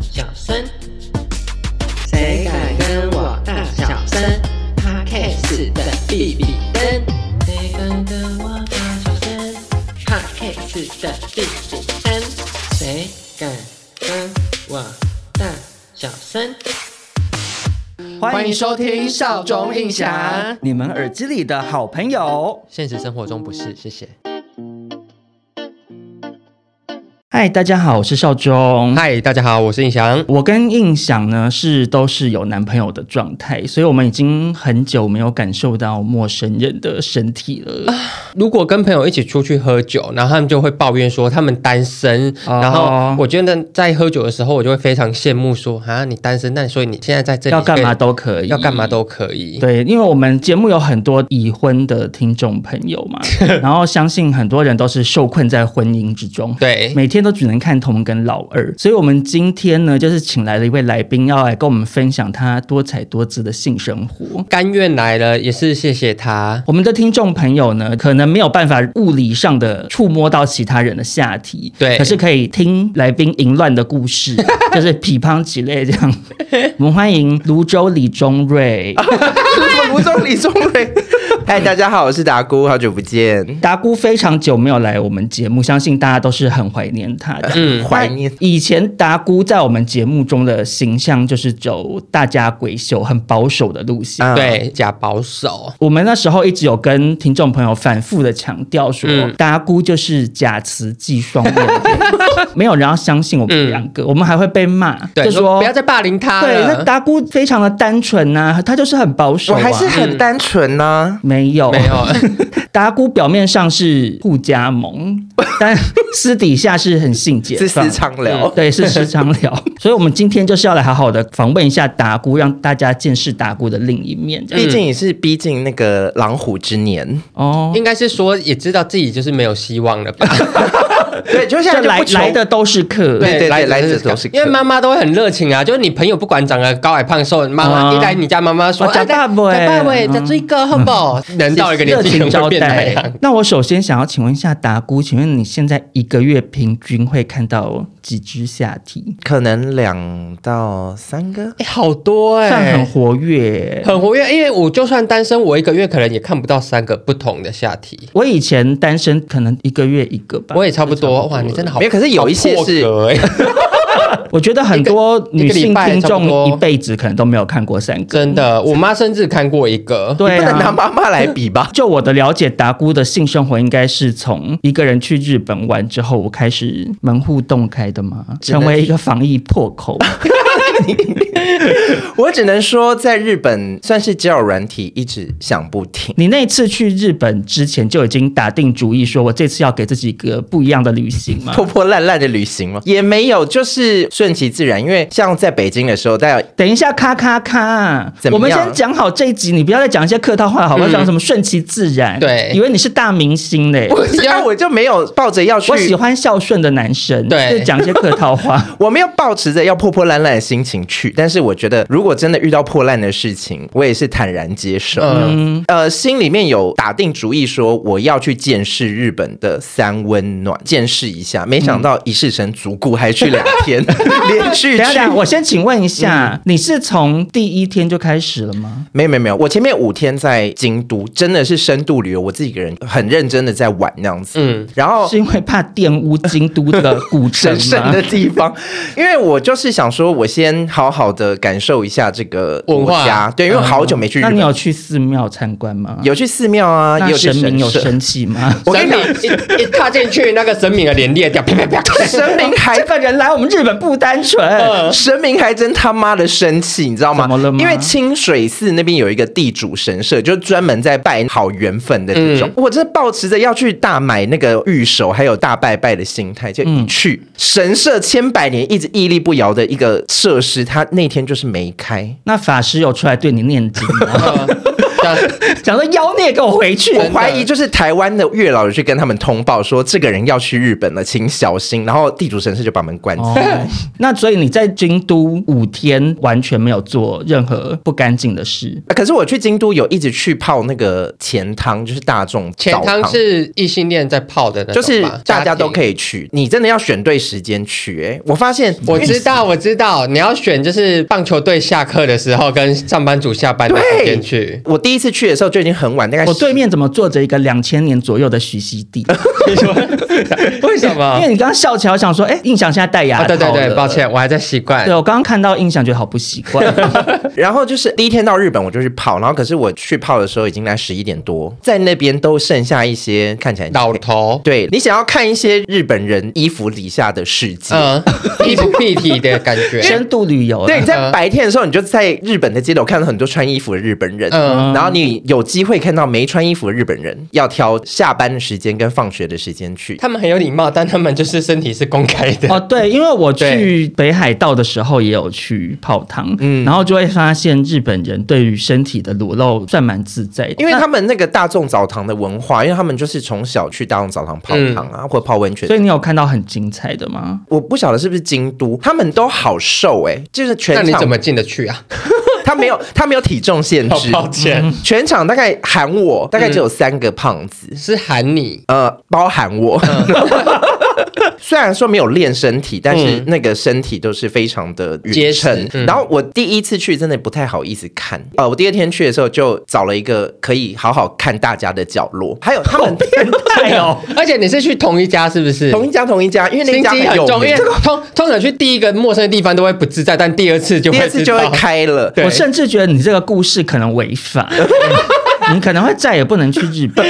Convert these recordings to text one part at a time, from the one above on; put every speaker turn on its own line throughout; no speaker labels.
小声？谁敢跟我大小声 p o d c 的比比登，谁敢跟我大小声 p o d c 的比比登，谁敢跟我大小声？
欢迎收听《
少中印象
你们耳机里的好朋友。
现实生活中不是，谢谢。
嗨，大家好，我是少中。
嗨，大家好，我是印翔。
我跟印象呢是都是有男朋友的状态，所以我们已经很久没有感受到陌生人的身体了。
如果跟朋友一起出去喝酒，然后他们就会抱怨说他们单身，
哦
然后我觉得在喝酒的时候，我就会非常羡慕说啊，你单身，那所以你现在在这里
要干嘛
可以
都可以，
要干嘛都可以。
对，因为我们节目有很多已婚的听众朋友 嘛，然后相信很多人都是受困在婚姻之中。
对，
每天都只能看同跟老二，所以我们今天呢，就是请来了一位来宾，要来跟我们分享他多彩多姿的性生活。
甘愿来了，也是谢谢他。
我们的听众朋友呢，可能没有办法物理上的触摸到其他人的下体，
对
可是可以听来宾淫乱的故事，就是匹乓之类这样。我们欢迎泸州李宗瑞，
吴宗李宗瑞。嗨，大家好，我是达姑，好久不见。
达姑非常久没有来我们节目，相信大家都是很怀念他的。
嗯，
怀念
以前达姑在我们节目中的形象就是走大家闺秀、很保守的路线。
嗯
对，假保守，
我们那时候一直有跟听众朋友反复的强调说，
嗯
达姑就是假慈济双面 人，没有人要相信我们两个，我们还会被骂，
嗯对，
就说
不要再霸凌他了。
对，那达姑非常的单纯呐、她就是很保守、
我
啊，
还是很单纯呢、
没有
没有，
达姑表面上是互加盟，但私底下是很性解
是
放
私。藏聊。
对，是时常聊， 所以我们今天就是要来好好的访问一下达姑，让大家见识达姑的另一面。这样
毕竟也是逼近那个狼虎之年，
哦，
应该是说也知道自己就是没有希望了吧。
对，就
这
现在就
来
不求
来的都是客，
对来者
者
都是客
因为妈妈都会很热情啊，就是你朋友不管长得高矮胖瘦，妈妈
嗯
一来你家，妈妈说
哦吃
大
饭不
大尾，
嗯
再追个好不好？
嗯
人到一个年
热
纪
情
人
招
会变那
待
样。。
那我首先想要请问一下达姑，请问你现在一个月平均会看到几只下体？
可能两到三个。
哎，好多
算很
哎，
活跃。
很活跃。因为我就算单身，我一个月可能也看不到三个不同的下体。
我以前单身可能一个月一个吧，
我也差不多，哇，你真的好，
没有可是有一些是
好破格 哎
我觉得很多
一个
女性
礼拜
听
差不
众
多
一辈子可能都没有看过三个。
真的。我妈甚至看过一个，
对
不能拿
啊，
妈妈来比吧？
就我的了解，达姑的性生活应该是从一个人去日本玩之后，我开始门户洞开的嘛，
只能
成为一个防疫破 口。
我只能说，在日本算是交友软体一直响不 停。
你那次去日本之前就已经打定主意，说我这次要给自己一个不一样的旅行嘛。
破破烂烂的旅行吗？也没有，就是顺其自然。因为像在北京的时候，大家
等一下，咔咔咔！
怎
我
么样
们先讲好这一集，你不要再讲一些客套话，好不好？讲什么顺其自然？
对
以为你是大明星嘞。
我知 道我就没有抱着要去
我喜欢孝顺的男生，
对
就讲一些客套话。
我没有抱持着要破破烂烂的心情去，但是我觉得如果真的遇到破烂的事情，我也是坦然接受。
嗯，
嗯，
呃，心里面有打定主意说我要去见识日本的三温暖，见识一下。没想到一世成主顾，还去两 天，连续
等一下，等
去嗯
一。下我先请问一下，你是从第一天就开始了吗？
没有没有没有，我前面五天在京都，真的是深度旅游，我自己一个人很认真的在玩那样子。
嗯
嗯，然 后
是因为怕玷污京都的古城
神
吗？
圣的地方，因为我就是想说，我先好好的感受一下这个
文化
国家，对，因为我好久没去日
嗯那
本
你有去寺庙参观吗？。
有去寺庙啊，也
那
有去
神明有
社
生气吗？
我跟
神
你
明
讲，
一一踏进去，那个神明的脸裂掉，啪啪啪。
神明还
这个人来我们日本不单 纯，
神明还真他妈的生气，你知道吗？
怎么了吗
因为清水寺那边有一个地主神社，就是专门在拜好缘分的这种。
嗯
我这抱持着要去大买那个玉手，还
嗯
有大拜拜的心态，就一去、神社千百年一直屹立不摇的一个社师他那天就是没开，
那法师有出来对你念经 吗？
呃这样
讲说妖孽给我回去！
我怀疑就是台湾的月老有去跟他们通报说这个人要去日本了，请小心。然后地主神社就把门关起
哦
来。，
那所以你在京都五天完全没有做任何不干净的事，
可是我去京都有一直去泡那个钱汤，就是大众
钱
澡
汤是异性恋在泡的那
就
种吧，
是大家都可
以。
以去，你真的要选对时间去、欸。我发现
我知道，我知道，你要选就是棒球队下课的时候跟上班族下班的时间去。
我第一次去的时候就已经很晚，大概
我对面怎么坐着一个两千年左右的徐熙娣？
为什么？
因为你刚刚笑起来，我想说，哎、印象现在戴牙套、
啊啊，对对对，抱。歉，我还在习惯
对，。我刚刚看到印象觉得好不习惯，
然后就是第一天到日本我就去泡，然后可是我去泡的时候已经来十一点多，在那边都剩下一些看起来
老头，
对你想要看一些日本人衣服底下的世界。
嗯，屁 不屁体的感觉。
深度旅游。啊
对，你，
呃
在白天的时候，你就在日本的街头看到很多穿衣服的日本人，
嗯
然后你有机会看到没穿衣服的日本人，要挑下班的时间跟放学的时间去。
他们很有礼貌，但他们就是身体是公开 的。
哦，对，因为我去北海道的时候也有去泡汤，
嗯
然后就会发现日本人对于身体的裸露算蛮自在的，
因为他们那个大众澡堂的文化，因为他们就是从小去大众澡堂泡
嗯
汤啊，或泡温泉
那所，以你有看到很精彩的 吗？
我不晓得是不是京都，他们都好瘦哎、就是全
那
场
你怎么进得去啊？
他没有他没有体重限
好
制，
抱歉，
全场大概喊我大概只有三个胖子，
是喊你。
呃，包含我。 虽然说没有练身体，但是那个身体都是非常的
嗯
匀
结
称
实。嗯
然后我第一次去真的不太好意思看，呃，我第二天去的时候就找了一个可以好好看大家的角落，还有他们
哎呦，
而且你是去同一家是不是？
同一家同一家，因为那一
心
家
机很
有
重，因
名
为，通通常去第一个陌生的地方都会不自在，但第二次就会
第二次
知
就
道
会。开了。
对
我甚至觉得你这个故事可能违 法，你可能会再也不能去日本。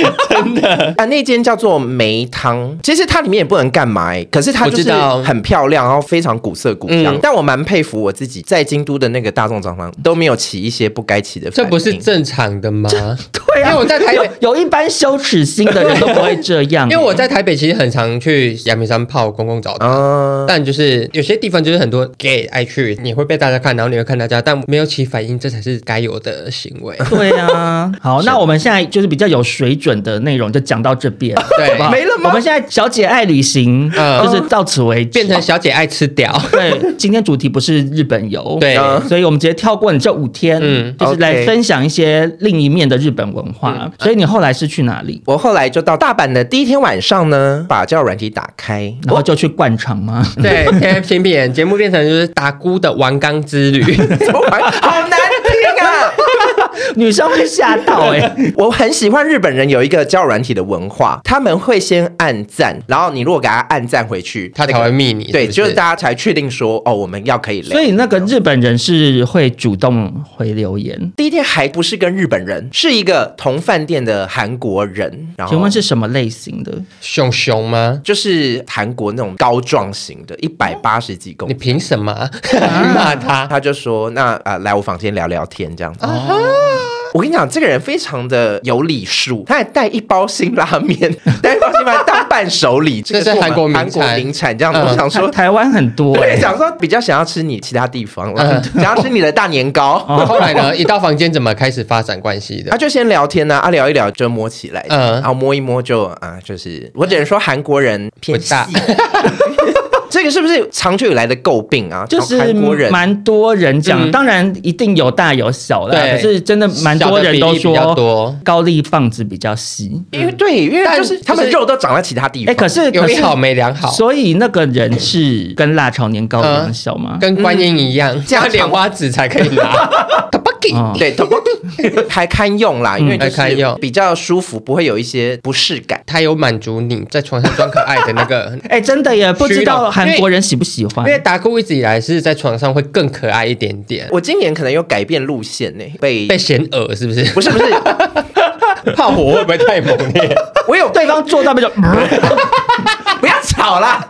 啊，那间叫做梅汤，其实它里面也不能干嘛、欸，可是它
我
就
知
是
道
很漂亮，然后非常古色古香。
嗯
但我蛮佩服我自己，在京都的那个大众澡堂都没有起一些不该起的反
这
应。
不是正常的吗？
对啊
因为我在台北
有有一般羞耻心的人都不会这样、。
因为我在台北其实很常去阳明山泡公共澡堂，
啊，
但就是有些地方就是很多 gay 爱去，你会被大家看，然后你会看大家，但没有起反应，这才是该有的行 为
对 啊，好，那我们现在就是比较有水准的内容就讲到这边，好
对
不好？
没了吗
我们现在小姐爱旅行，
嗯
就是到此为止，
变成小姐爱吃屌，
对，今天主题不是日本游，
对
嗯
所以我们直接跳过你这五天，
嗯
就是来
OK
分享一些另一面的日本文化。所以你后来是去哪里？
我后来就到大阪的第一天晚上呢，把交友软体打 开，
然后就去灌肠吗？
对，现在新演节目变成就是打姑的玩缸之 旅，
好难听啊！
女生会吓到哎、欸
我很喜欢日本人有一个交友软体的文化，他们会先按赞，然后你如果给他按赞回去，
他才
那个
会密你。
对，
不
就是大家才确定说哦，我们要可以聊。
所以那个日本人是会主动回留言。
第一天还不是跟日本人，是一个同饭店的韩国人。然后
请问是什么类型的？
熊熊吗？
就是韩国那种高壮型的，一百八十几公
你
斤。
凭什么啊去 骂 他？
他就说：“那啊、呃来我房间聊聊天这样
啊
子。我跟你讲，这个人非常的有礼数，他还带一包辛拉面， 带一包辛拉面当伴手礼，这 个
这是
我们
韩国名
韩国
产
名产这样子。
嗯
我想说
台，台湾很多
我
哎、
也想说比较想要吃你其他地方了，
嗯
想要吃你的大年 糕。
那后来呢？一到房间怎么开始发展关系
他
的？
就先聊天呐、啊，聊一聊就摸起来，
嗯
然后摸一摸就啊，就是我只能说韩国人偏
不
细
大，
这个是不是长久以来的诟病啊？
就是
韩国人
蛮多人讲，
嗯
当然一定有大有小啦，
对
可是真的蛮多人都
小的比例比较
说
多。
高丽棒子比较细。
因为对，因为
但
就是他们
就是
肉都长在其他地
哎、
方。
可是
有
可
一
是
好没两好，
所以那个人是跟辣炒年糕一样小吗？
跟观音一样，
加
加
长
莲花籽才可以拿。Tabaki
嗯。
对，还堪用啦，因为就
嗯还堪
是
用
比较舒服，不会有一些不适感。
他有满足你在床上装可爱的那 个
哎、真的耶，不知道啊韩国人喜不喜
因
欢。
为达姑一直以来是在床上会更可爱一点点，
我今年可能有改变路线呢、被
被嫌恶是不是？
不是不是，
怕火会不会太猛烈？
我有
对方坐到那边就，
不要吵啦！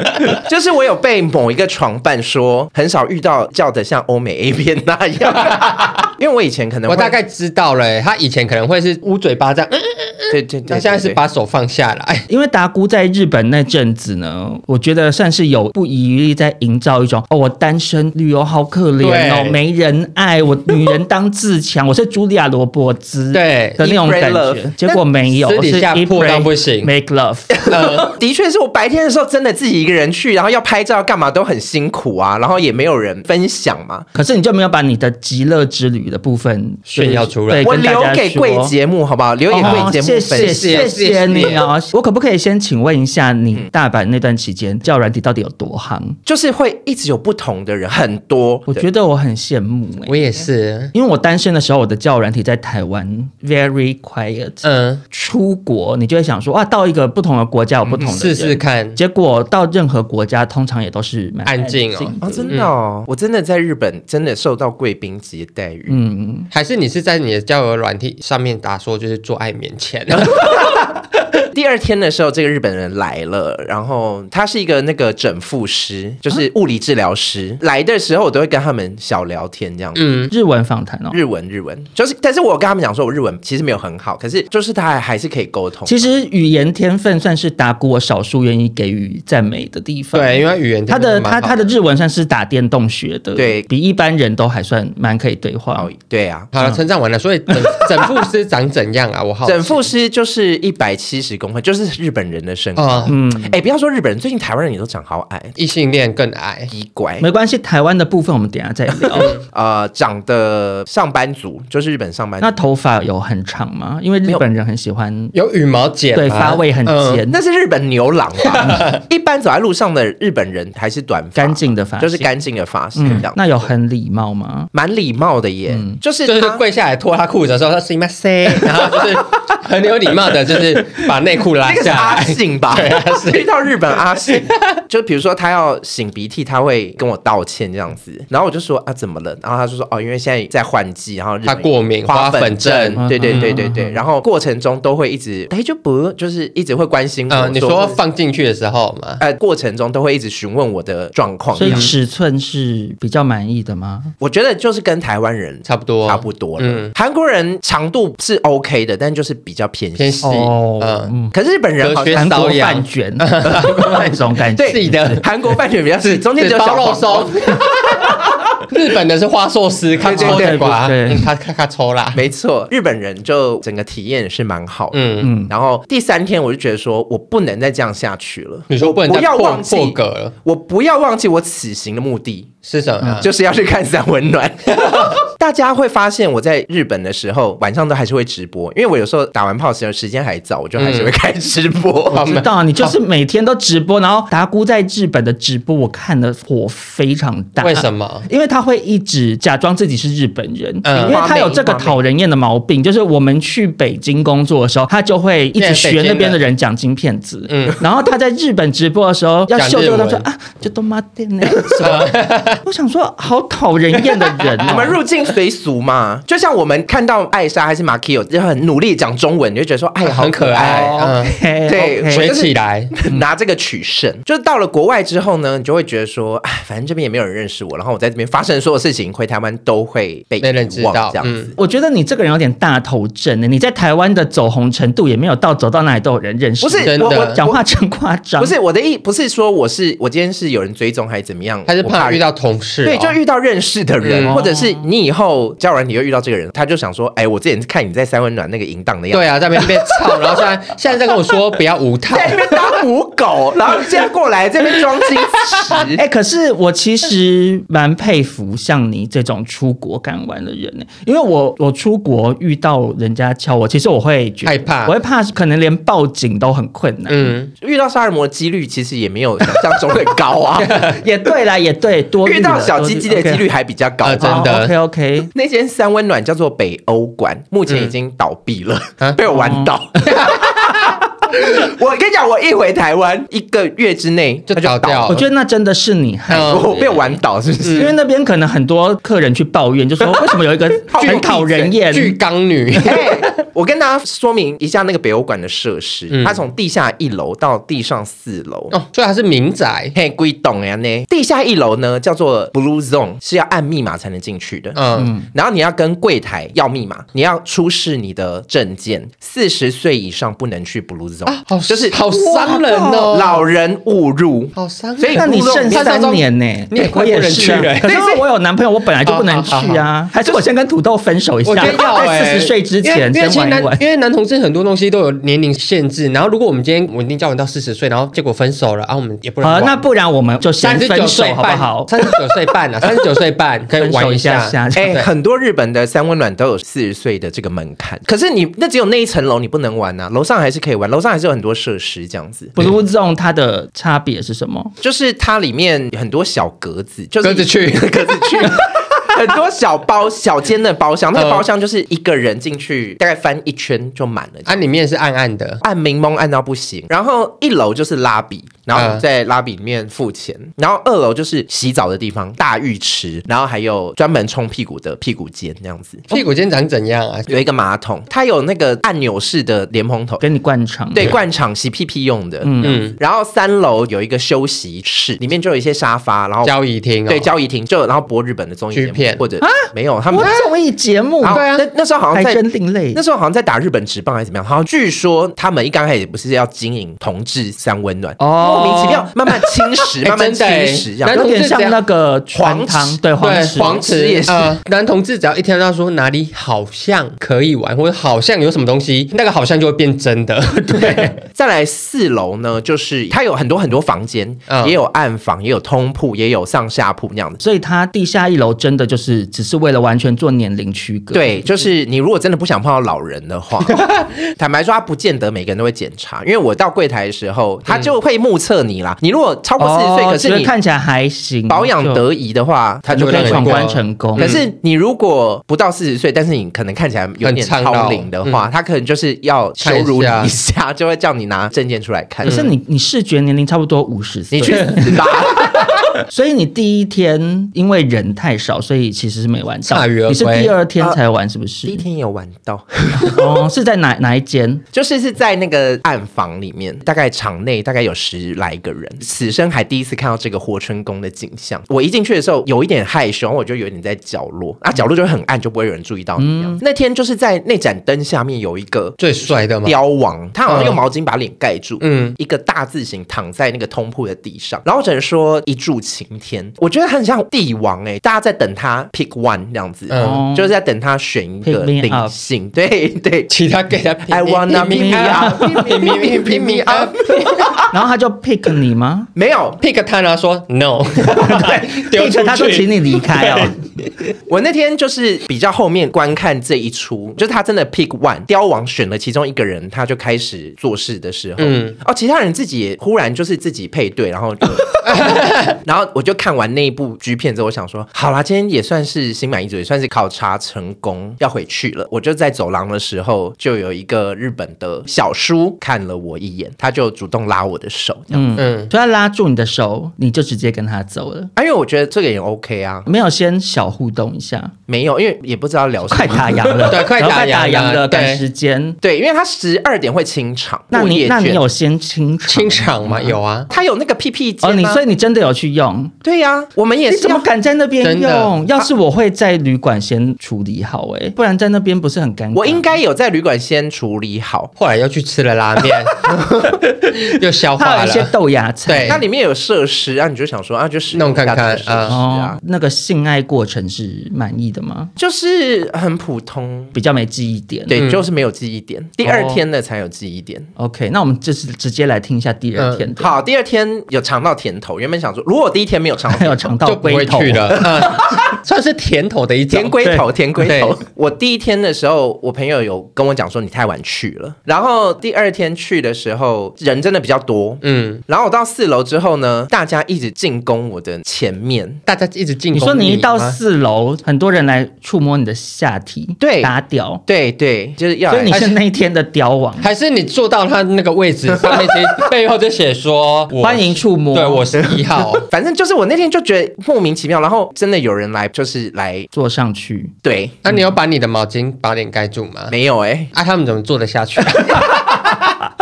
就是我有被某一个床伴说，很少遇到叫的像欧美 A 片那样。 因为我以前可能
我
会
大概知道了、欸他以前可能会是捂嘴巴这样，嗯嗯
对对对，
他现在是
对
把手放下来。
因为达姑在日本那阵子呢，我觉得算是有不遗余力在营造一种哦，我单身旅游好可怜哦，
对
没人爱，我女人当自强，我是茱莉亚罗伯兹
对
的那种
Eat, pray,
感
love
觉，结果没有，
私底
是
下
eat,
破到
pray,
不行
，make love。
的确是我白天的时候真的自己一个人去，然后要拍照干嘛都很辛苦啊，然后也没有人分享嘛。
可是你就没有把你的极乐之旅的部分
炫耀出来
对，
我
跟大
留
家
给
说
贵节目好不好？留
哦
给贵节
哦
目
谢
分
谢谢
享。
谢你哦！嗯我可不可以先请问一下，你大阪那段期间教软体到底有多夯？
就是会一直有不同的人，很多。
我
对
觉得我很羡慕哎、
我也是，
因为我单身的时候，我的教软体在台湾 very quiet。
嗯，
出国你就会想说，哇，到一个不同的国家有不同的人
试试看。
结果到任何国家，通常也都是蛮
安静哦
静
哦，真的哦，我真的在日本真的受到贵宾级的待遇。
嗯，
还是你是在你的交友软体上面打说就是做爱免 钱，
第二天的时候，这个日本人来了，然后他是一个那个整复师，就是物理治疗师。来的时候，我都会跟他们小聊天这样子。
嗯，
日文访谈哦。
日文，日文就是，但是我有跟他们讲说，我日文其实没有很好，可是就是他还还是可以沟通。
其实语言天分算是达姑我少数愿意给予赞美的地方。
对，因为语言
他的
真蛮
他
好
他的日文算是打电动学的，
对
比一般人都还算蛮可以对话
哦。，对啊，
好了，称赞完了，所以整整副师长怎样啊？我好奇
整复师就是一百七十公分，就是日本人的身高。
啊，
嗯，
哎、不要说日本人，最近台湾人也都长好矮，
异性恋更矮，
奇怪。
没关系，台湾的部分我们等一下再聊。
呃，长的上班族就是日本上班族
那，头发有很长吗？因为日本人很喜欢，
有羽毛剪吗，
对发尾很
嗯
尖，
那是日本牛郎吧？一般走在路上的日本人还是短发，
干净的发
就是
型。
干净的发型
嗯
这样。，
那有很礼貌吗？
蛮礼貌的耶，就是
就是
他
跪下来脱他裤子的时候，他 s 吗 say，然后就是很有礼貌的，就是把内裤拉
那个是
下
阿
来。
信吧？
对阿信
遇到日本阿信，就比如说他要擤鼻涕，他会跟我道歉这样子，然后我就说啊怎么了？然后他就说哦，因为现在在换季，然后日本
他过敏
花
花粉
粉
症
对对对
嗯
对对，然后过程中都会一直哎就不就是一直会关心我，
嗯，你说放进去的时候嘛，
呃过程中都会一直询问我的状况
所
这
以
样，
尺寸是比较满意的吗？
我觉得就是跟台湾人
差不多，
差不多了
嗯，
韩国人长度是 OK 的，但就是比较偏
偏
细。
细，
哦
嗯，
嗯，
可是日本人好像
哲学
韩国
瘙痒
饭卷那种感觉。
细 的，
韩国饭卷比较细，中间只有小
包肉
黄瓜
松。 日本的是花寿司，看抽
对
的
对
瓜，
对
嗯他他他抽啦，
没错，日本人就整个体验是蛮好的。
嗯，
嗯，
然后第三天我就觉得说，我不能再这样下去了，
你说不能
不
再
要
破
忘记
破格了，
我不要忘记我此行的目的，
是什
嗯
么啊？
就是要去看三温 暖。大家会发现我在日本的时候，晚上都还是会直播，因为我有时候打完炮时候时间还早，我就还是会开直播。
我
嗯
知道你就是每天都直播，然后达姑在日本的直播，我看的火非常大。
为什么？
因为他会一直假装自己是日本人，
嗯
因为他有这个讨人厌的毛病，就是我们去北京工作的时候，他就会一直学那边的人讲金片子，嗯
嗯，
然后他在日本直播的时候要秀秀，
讲日
他
文
说啊，这都妈店 呢，什么我想说好讨人厌的人
我们
哦。
入境随俗嘛，就像我们看到艾莎还是马奎尔，就很努力讲中文，你就觉得说，哎呀，好
很可爱，嗯，
嘿
对
OK
学起来，
拿这个取胜。就是到了国外之后呢，你就会觉得说，哎，反正这边也没有人认识我，然后我在这边发生的所有事情，回台湾都会被
没人
遗
知
忘
道
这样
嗯
子。
我觉得你这个人有点大头症呢，你在台湾的走红程度也没有到走到哪里都有人认识，
不是
真
我
的
我
讲话真夸张，
不是我的意，不是说我是我今天是有人追踪还是怎么样，
他是
我
怕遇到同事哦，
对，就遇到认识的人，
嗯
或者是你以后交友软你又遇到这个人，他就想说，哎，我之前看你在三温暖那个淫荡的样子。
对啊，在那边被 操，然后现在现在在跟我说不要无套，
在那边当母狗，然后现在过来这边装矜 持，
哎、可是我其实蛮佩服像你这种出国敢玩的人呢、因为我我出国遇到人家敲我，其实我会觉得
害怕
我会怕，可能连报警都很困难。
嗯，
遇到杀人魔的几率其实也没有想象中的高 啊，
也对啦，也对，多
遇到小鸡鸡的几率还比较高
呃
吧。
真的
OK OK，
那间三温暖叫做北欧馆，目前已经倒闭了，
啊哦
被我玩倒。 我跟你讲，我一回台湾一个月之内
就
他就
倒掉
我觉得那真的是你害
嗯
我被玩嗯倒是不是？
因为那边可能很多客人去抱怨，就 说为什么有一个很讨人厌，
巨钢女，
哎，我跟大家说明一下那个北欧馆的设施，
嗯
它从地下一楼到地上四楼。
哦，所以它是民宅，
嘿，贵懂呀呢！地下一楼呢叫做 Blue Zone，是要按密码才能进去的。
嗯，
然后你要跟柜台要密码，你要出示你的证件，四十岁以上不能去 Blue Zone，、
啊好
就是
好伤人哦，
老人误入。
好伤人，
所以
那你剩
你
三年呢、
你也
我
快不
也
能
是、
去
啊
了。
可是因为我有男朋友，我本来就不能去
哦好好
啊。还是我先跟土豆分手一下
我觉得，要
在四
哎，
十岁之前
因为因为
先
其实
玩一
男
玩。
因为男同志很多东西都有年龄限制，然后如果我们今天稳定交往到四十岁，然后结果分手了啊，我们也不能
好，
玩。
那不然我们就先
三十九
分手
岁
好不
半
好？
三十九岁半啊，三十九岁半可以
分
玩
手一
下
下。下去。
哎、
对
很多日本的三温暖都有四十岁的这个门槛，可是你那只有那一层楼你不能玩啊，楼上还是可以玩，楼上还是有很多设施这样子。
Blue Zone 它的差别是什么？
就是它里面很多小格子，就是
格子去
格子 去。很多小包小间的包厢，那个
嗯
包厢就是一个人进去，大概翻一圈就满了。
啊，里面是暗暗的，
按明蒙按到不行，然后一楼就是拉比，然后
嗯
你在拉比里面付钱，然后二楼就是洗澡的地方，大浴池，然后还有专门冲屁股的屁股间这样子，
屁股尖长怎样啊？
有一个马桶，它有那个按钮式的莲蓬头，
跟你灌肠
对，灌肠洗屁屁用的。
嗯，
然后三楼有一个休息室，里面就有一些沙发，然后
交易厅哦，
对，交易厅就有然后播日本的综艺节
G
目
片啊
或者没有他们
啊我。综艺节目
然后那那时候好像
还
在
真另类
那。时候好像在打日本职棒还是怎么样，好像据说他们一刚开始不是要经营同志三温暖，
哦
莫名其妙慢慢侵蚀，
哎
慢慢
真的哎
侵蚀这
有
男
样。
同志
点像
这样
那个传
黄
汤
池
对黄
对
池
黄池
也是
呃男同志只要一听到说哪里好像可以玩，或者好像有什么东西，那个好像就会变真的。对，
再来四楼呢，就是它有很多很多房间，
嗯
也有暗房，也有通铺，也有上下铺那样子。
所以它地下一楼真的就是只是为了完全做年龄区隔。
对，就是你如果真的不想碰到老人的话， 坦白说，他不见得每个人都会检查，因为我到柜台的时候，他就会目测你啦。你如果
啊
超过四十岁，
哦
可
觉
是
得
你
看起来还行，
保养
就
得宜的话，他
他
嗯就
就
可
可
以
以
让
闯
你过
关成功。
可是你如果不到四十岁，但是你可能看起来有点
很苍老
超龄的话，他可能就是要羞辱你
看
一
一
下， 就会叫你拿证件出来看
可。
嗯
是你你视觉年龄差不多五十岁，
你去死吧！
所以你第一天因为人太少，所以其实是没玩到。
铩羽而归
你是第二天才玩是不是？
啊
第一天也有玩到，
哦，是在哪哪一间？
就是是在那个暗房里面，大概场内大概有十来个人，此生还第一次看到这个活春宫的景象。我一进去的时候有一点害羞，我就有点在角落啊，角落就很暗，就不会有人注意到你这样。那天就是在那盏灯下面有一个
最帅的嘛，
标王，他好像用毛巾把脸盖住，嗯
嗯，
一个大字形躺在那个通铺的地上，然后只能说一柱擎天，我觉得很像帝王哎、大家在等他 pick one 这样子，
嗯
就是在等他选一个
哦 Pick me
领
up
性，对对。
其他给他
I wanna
pick me
pick me
up，
up, pick me, pick me, pick me up。
啊
然后他就 pick 你 吗
没有，
pick 他呢说 no，对，丢出
？pick 他说
去
请你离开 哦。
我那天就是比较后面观看这一出，就是他真的 pick one，雕王选了其中一个人，他就开始做事的时候，嗯
嗯，
哦，其他人自己也忽然就是自己配对，然后就然后我就看完那一部剧片之后，我想说，好啦，今天也算是心满意足，也算是考察成功，要回去了。我就在走廊的时候，就有一个日本的小叔看了我一眼，他就主动拉我的手，这样。
嗯，
就他拉住你的手，你就直接跟他走了，
啊，因为我觉得这个也 OK 啊，
没有先小互动一下，
没有，因为也不知道聊什
快
么。
打烊了，
对快
然后
打
快打
烊
烊
了
了，赶
对
时间。
对，因为他十二点会清场，
那
过
你
夜
那你
卷
有先清场
清场嘛有啊，
他有那个屁屁间、
哦，
啊，
你所以你真的有去用？
对呀、我们也
你
是
怎么
要。
敢在那边
真的
用？要是我会在旅馆先处理好、欸，不然在那边不是很尴尬？
我应该有在旅馆先处理好，
后来又去吃了拉面，又消
它
化
有一些
了，
豆芽菜。
对
它里面有设施啊，你就想说啊，就使用
弄看
一下
看
这个设施啊
哦，，那个性爱过程是满意的吗？
就是很普通，
比较没记忆点。
嗯
对，就是没有记忆点。第二天的才有记忆点。
哦
，OK，那我们就是直接来听一下第二天的。
好，第二天有尝到甜头，头，原本想说，如果我第一天没 有尝到
还有
甜
尝到
就不会
龟头
去 了，嗯算是甜头的一种
甜。龟头，甜龟头
对。
我第一天的时候，我朋友有跟我讲说你太晚去了，然后第二天去的时候人真的比较多，
嗯，
然后我到四楼之后呢，大家一直进攻我的前面。
大家一直进攻
你说你一到
吗
四楼，很多人来触摸你的下体，
对哎
打屌，
对对，就是要
所
来
以你是那一天的屌王，
还是你坐到他那个位置上面，其实背后就写说我
欢迎触摸，
对，我是一号。
反正就是我那天就觉得莫名其妙，然后真的有人来，就是来
坐上去。
对，
那、你有把你的毛巾把脸盖住吗？
没有 哎、
啊，他们怎么坐得下 去、啊？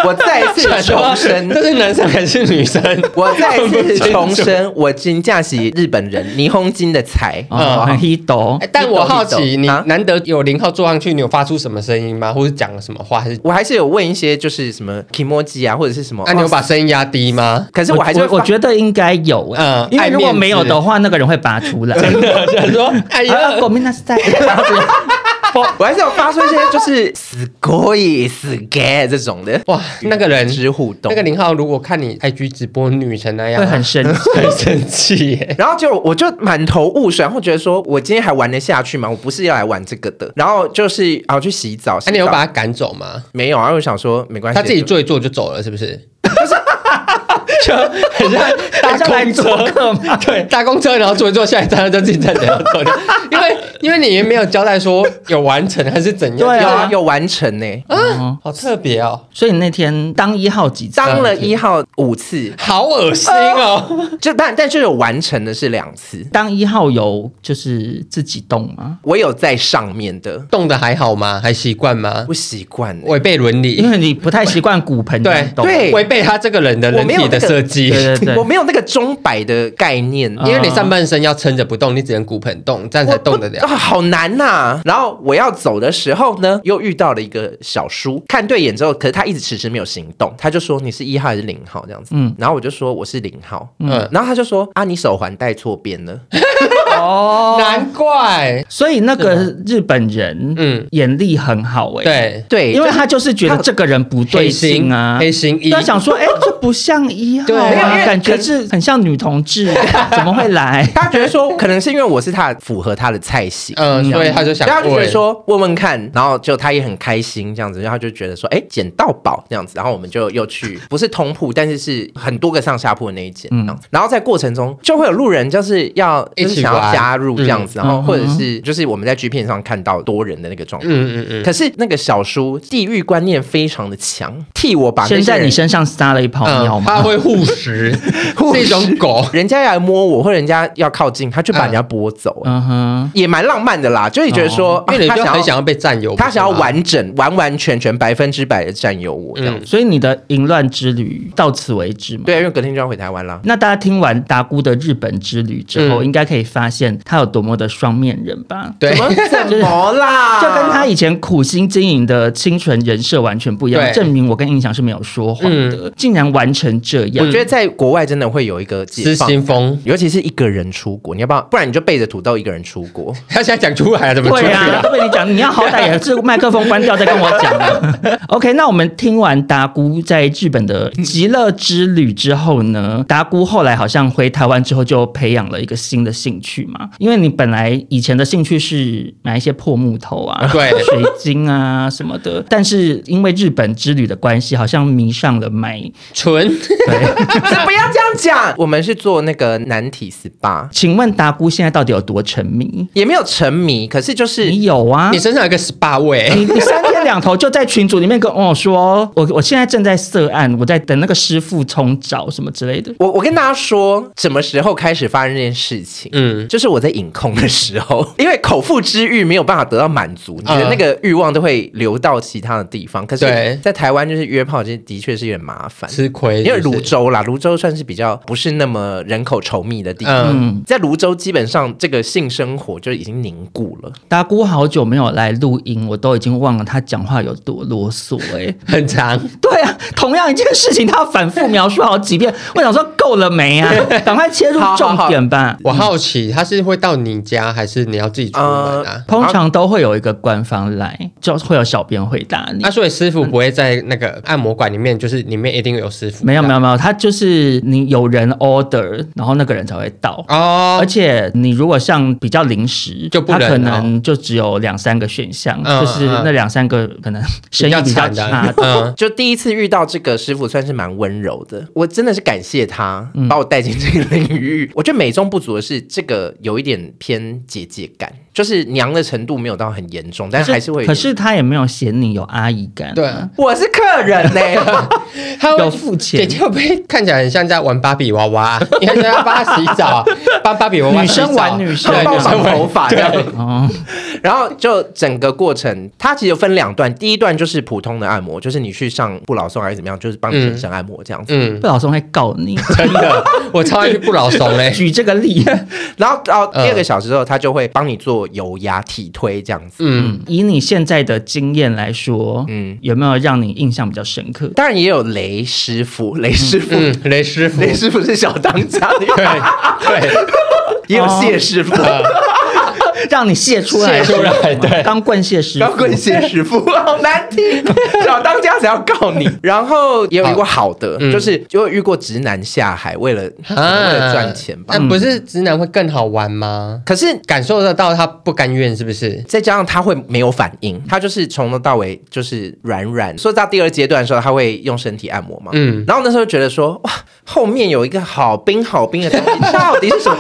我再次重 申，
这是男生还是 女生？
我再次重
生。
申，我金架喜日本 人霓虹金的财，
哦，很 h 抖
哎，但我好奇，
你
你
懂啊
难得有零号坐上去，你有发出什么声音吗？或者讲了什么话？还是啊
我还是有问一些就是什么 kimoji 啊，或者是什么，
啊，你有把声音压低吗？
可是我还是会
我
发
觉得应该有、欸，
嗯
因为如果
爱面子
没有的话，那个人会拔出来。
想说，哎
啊，
呀，
狗命那塞，
我还是有发出一些就是死鬼死 gay 这种的
哇，那个人，
之互动
那个。零号，如果看你 IG 直播女神那样，
会很生气。
很生气 耶。
然后就我就满头雾水，然后觉得说我今天还玩得下去吗？我不是要来玩这个的。然后就是然后去洗澡，
那
洗澡
啊你有把他赶走吗？
没有啊？然后我想说没关系，
他自己做一做就走了，是不是？就 很像
大
搭
家来
公
做
车，
客嘛，
对，搭公车然后坐一坐，下一站就自己站起来走掉，因为因为你也没有交代说有完成还是怎样，
对
有
啊
啊有完成呢、
啊，好特别哦，
所以你那天当一号几次？
当了一号五次，
好恶心哦！
就但但就有完成的是两次，
当一号有就是自己动吗？
我有在上面的，
动的还好吗？还习惯吗
不？习惯、欸。
违背伦理
因，为你不太习惯骨盆
对
运动，
对
违背他这个人的
我
人
没有
体的
那个
设
对
计。
对对
我没有那个钟摆的概念，
啊
因为你上半身要撑着不动，你只能骨盆动，这样才
我
动得
不
了。
啊，好难呐、然后我要走的时候呢，又遇到了一个小叔，看对眼之后，可是他一直迟迟没有行动，他就说你是一号还是零号这样子，
嗯
然后我就说我是零号，
嗯，
然后他就说啊，你手环戴错边了，
哦
难怪，
所以那个日本人，嗯
嗯，
眼力很好哎、，
对，
对，
因为
就是
他就是觉得这个人不对
黑心
劲啊，
黑心一
他想说，哎、这不像一号、
对没有
因
啊，
为
感觉
可
是很像女同志，怎么会来？
他觉得说可能是因为我是他符合他的菜系。
嗯，所以他就想
然后他就觉得
问，
说问问看，然后就他也很开心这样子，然后他就觉得说，哎，捡到宝这样子，然后我们就又去不是通铺，但是是很多个上下铺的那一间，
嗯
嗯，然后在过程中就会有路人就是要
一
就
起
是想要
玩
加入这样子，然后
嗯
或者是就是我们在 G 片上看到多人的那个状态，
嗯嗯嗯，
可是那个小叔地域观念非常的强，替我把那
先
些
在
人
你身上撒了一泡尿
嗯，
吗？
他会护食，
护食
是一种 狗，
人家要来摸我，或人家要靠近，他就把人家拨走、哎
嗯哼，
也蛮浪漫的啦。就是觉得说，啊
哦因为你
他
就
想
很
要
想要被占有，
他想要
不是吗，
完整、完完全全、百分之百的占有我这样。
嗯
所以你的淫乱之旅到此为止嘛？
对，啊因为隔天就要回台湾啦。
那大家听完达姑的日本之旅之后，
嗯
应该可以发现他有多么的双面人吧？
对
怎，么怎么 啦？
就跟他以前苦心经营的清纯人设完全不一样，
对嗯
证明我跟印象是没有说谎的，竟然完成这样。
我觉得在国外真的会有一个解
失
放。
心疯，
尤其是一个人出国，你要不要？不然你就背着土豆一个人出国。
他现在讲出来了，怎么出
对
去
呀、
啊
都？被你讲，你要好歹也是麦克风关掉再跟我讲啊。OK，那我们听完达姑在日本的极乐之旅之后呢，达姑后来好像回台湾之后就培养了一个新的兴趣嘛，因为你本来以前的兴趣是买一些破木头啊、
对
水晶啊什么的，但是因为日本之旅的关系，好像迷上了买
纯，
这 不要这样讲。我们是做那个男体 SPA，
请问达姑现在到底有多沉迷？
也没有沉迷，可是就是
你有啊？
你身上有个 SPA 味，
你你三天两头就在群组里面跟我说，我我现在正在涉案，我在等那个师傅冲澡什么之类的。
我我跟大家说，什么时候开始发生这件事情？
嗯
嗯，就是我在饮控的时候， 因为口腹之欲没有办法得到满足，你的那个欲望都会流到其他的地方。可是
对，
在台湾就是约炮，这的确是有点麻烦。
吃亏，
因为泸
是不是
州啦，泸州算是比较不是那么人口稠密的地方，
嗯，
嗯，
在泸州基本上这个性生活就已经凝固了。
达姑好久没有来录音，我都已经忘了她讲话有多啰嗦哎、
很长，
对啊，同样一件事情，她反复描述好几遍，我想说够了没啊？赶快切入重点吧。
我好奇他是会到你家吗？还是你要自己出门
呃
啊？
通常都会有一个官方来，就会有小编回答你
啊，。所以师傅不会在那个按摩馆里面，就是里面一定有师傅。
没有没有没有，他就是你有人 order，然后那个人才会到。
哦
而，且你如果像比较临时，
就不
他
能
可
哦
能就只有两三个选项，
嗯
就是
嗯嗯
那两三个可能生
比
意
较
比较
惨
差
的
的，。
嗯，
就第一次遇到这个师傅，算是蛮温柔的。我真的是感谢他把我带进这个领域。我觉得美中不足的是，这个有一点偏姐姐感，就是娘的程度没有到很严重，但是还是会有
可
点。
是他也没有嫌你有阿姨感、啊
对，啊
我是客人呢、
他会
有付钱
姐姐会不会看起来很像在玩芭比娃娃？ 你看在帮她洗澡，啊帮芭比娃娃
女生
洗澡啊
玩女生
对
帮
女
我
生
绑
玩
头发这样。
哦，
然后就整个过程，它其实分两段，第一段就是普通的按摩，就是你去上不老松还是怎么样，就是帮你全身按摩这样子。
嗯，
不老松会告 你。
真的，我超爱去不老怂嘞。
举这个例，
然后到第二个小时之后，他就会帮你做油压、体推这样子。
嗯，
以你现在的经验来说，
嗯
嗯，有没有让你印象比较深刻？
当然也有雷师傅，雷师傅，
嗯，雷师傅，
雷师傅是小当家的，
对哦对，
也有谢师傅，
让你泄出来，
泄出 来对
当棍蟹师傅，
然后滚谢 师傅，好难听，小当家才要告你。然后也有遇过好的，
嗯啊
就是就遇过直男下海，为了可能为了赚钱吧
那。不是直男会更好玩吗？
可是
感受得到他不甘愿是不是？
再加上他会没有反应，他就是从头到尾就是软软。所以到第二阶段的时候，他会用身体按摩嘛。
嗯，
然后那时候觉得说，哇，后面有一个好冰好冰的东西，到底是 什么？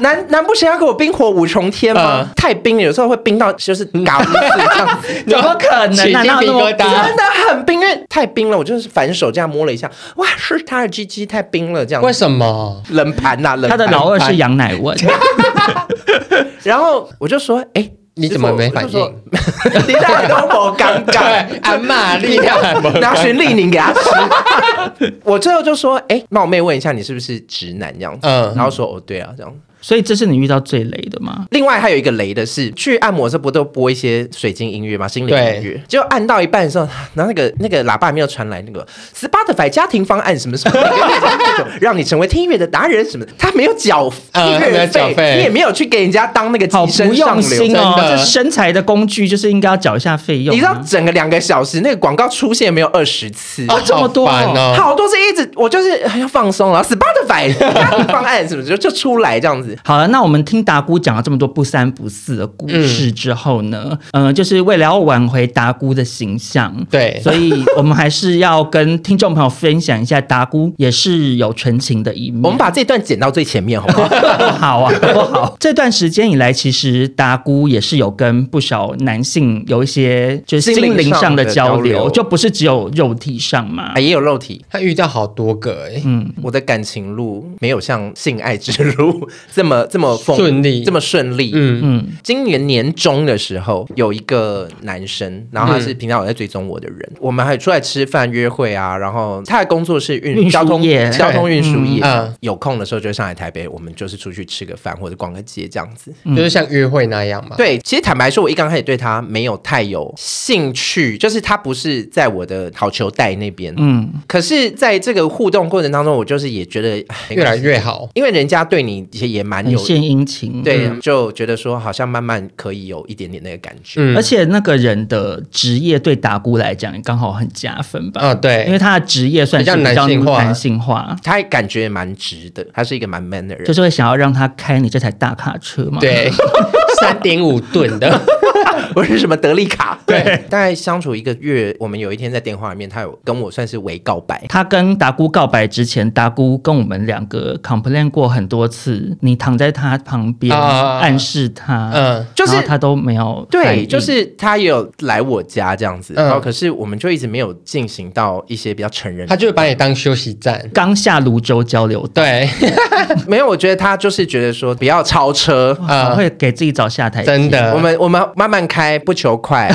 难难不成要给我冰火五重天吗？
嗯
太冰了，有时候会冰到就是嘎嘣碎这样子，
怎么可能？
起
难
鸡
道
皮
那
疙
么？
瘩
真。的很冰，因为太冰了，我就是反手这样摸了一下，哇，是他的鸡鸡太冰了这样
为
子。
什么？
冷盘啊呐、冷
他的
盘
老二 是杨乃文，
然后我就说，哎、
你怎么没反应
师傅我就说 你那都我尴
对
尬，，
阿玛力量，
拿循利宁给他吃。 我最后就说，哎、冒昧问一下，你是不是直男这样子？
嗯
然后说，哦，对啊，这样。
所以这是你遇到最雷的吗？
另外还有一个雷的是，去按摩的时候不都播一些水晶音乐吗？心灵音乐，就按到一半的时候，然后那个那个喇叭里面又传来那个 Spotify 家庭方案什么什么，那种让你成为听音乐的达人什么的，他没有缴
嗯
音
他没
乐
有缴
费，
费
你也没有去给人家当那个
好
寄
不
生上
用
流
心。哦，
真的
这身材的工具就是应该要缴一下费用啊。
你知道整个两个小时那个广告出现没有二十次？
哦
这么多
好烦哦，
好多是一直我就是哎要放松了，Spotify 家庭方案什么就就出来这样子，
嗯
好了，那我们听达姑讲了这么多不三不四的故事之后呢，嗯、呃，就是为了要挽回达姑的形象，
对
所以我们还是要跟听众朋友分享一下，达姑也是有纯情的一面。
我们把这段剪到最前面好不好？
不 好啊，不好。这段时间以来，其实达姑也是有跟不少男性有一些就是
心
心
灵
灵
上
上
的
的
交
交流，
流
就不是只有肉体上嘛
啊，。也有肉体，
他遇到好多个哎、
我的感情路没有像性爱之路 这么这么丰
顺利
这么顺利。
嗯
嗯，
今年年中的时候，有一个男生，然后他是平常有在追踪我的人，
嗯
我们还出来吃饭、约会啊。然后他的工作是运
运输
交通
业
交通运输业，
嗯嗯
有空的时候就上来台北，我们就是出去吃个饭或者逛个街这样子。
就是像约会那样嘛。
对，其实坦白说，我一刚开始对他没有太有兴趣，就是他不是在我的好球带那边。
嗯，
可是在这个互动过程当中，我就是也觉得哎唉
越来越好。
因为人家对你也也蛮
很
有，
献殷勤。
对，就觉得说好像慢慢可以有一点点那个感觉。
嗯，
而且那个人的职业对达姑来讲刚好很加分吧？
啊对
因为他的职业算是
比较
比较
男性化
男性化，
他感觉蛮直的，他是一个蛮 man 的人。
就是会想要让他开你这台大卡车嘛。
对，三点五吨的，
我是什么德利卡？
对，
大概相处一个月，我们有一天在电话里面，他有跟我算是微告白。
他跟达姑告白之前，达姑跟我们两个 complain 过很多次，你躺在他旁边、
啊
暗示他，
嗯
就是
然后他都没有反
对，
应
就是他也有来我家这样子，
嗯
然后可是我们就一直没有进行到一些比较成人的
他就会把你当休息站。
刚下泸州交流道，
对，
没有，我觉得他就是觉得说不要超车，
嗯
好会给自己找下台阶
啊真的， 嗯
我们我们慢慢开，不求快。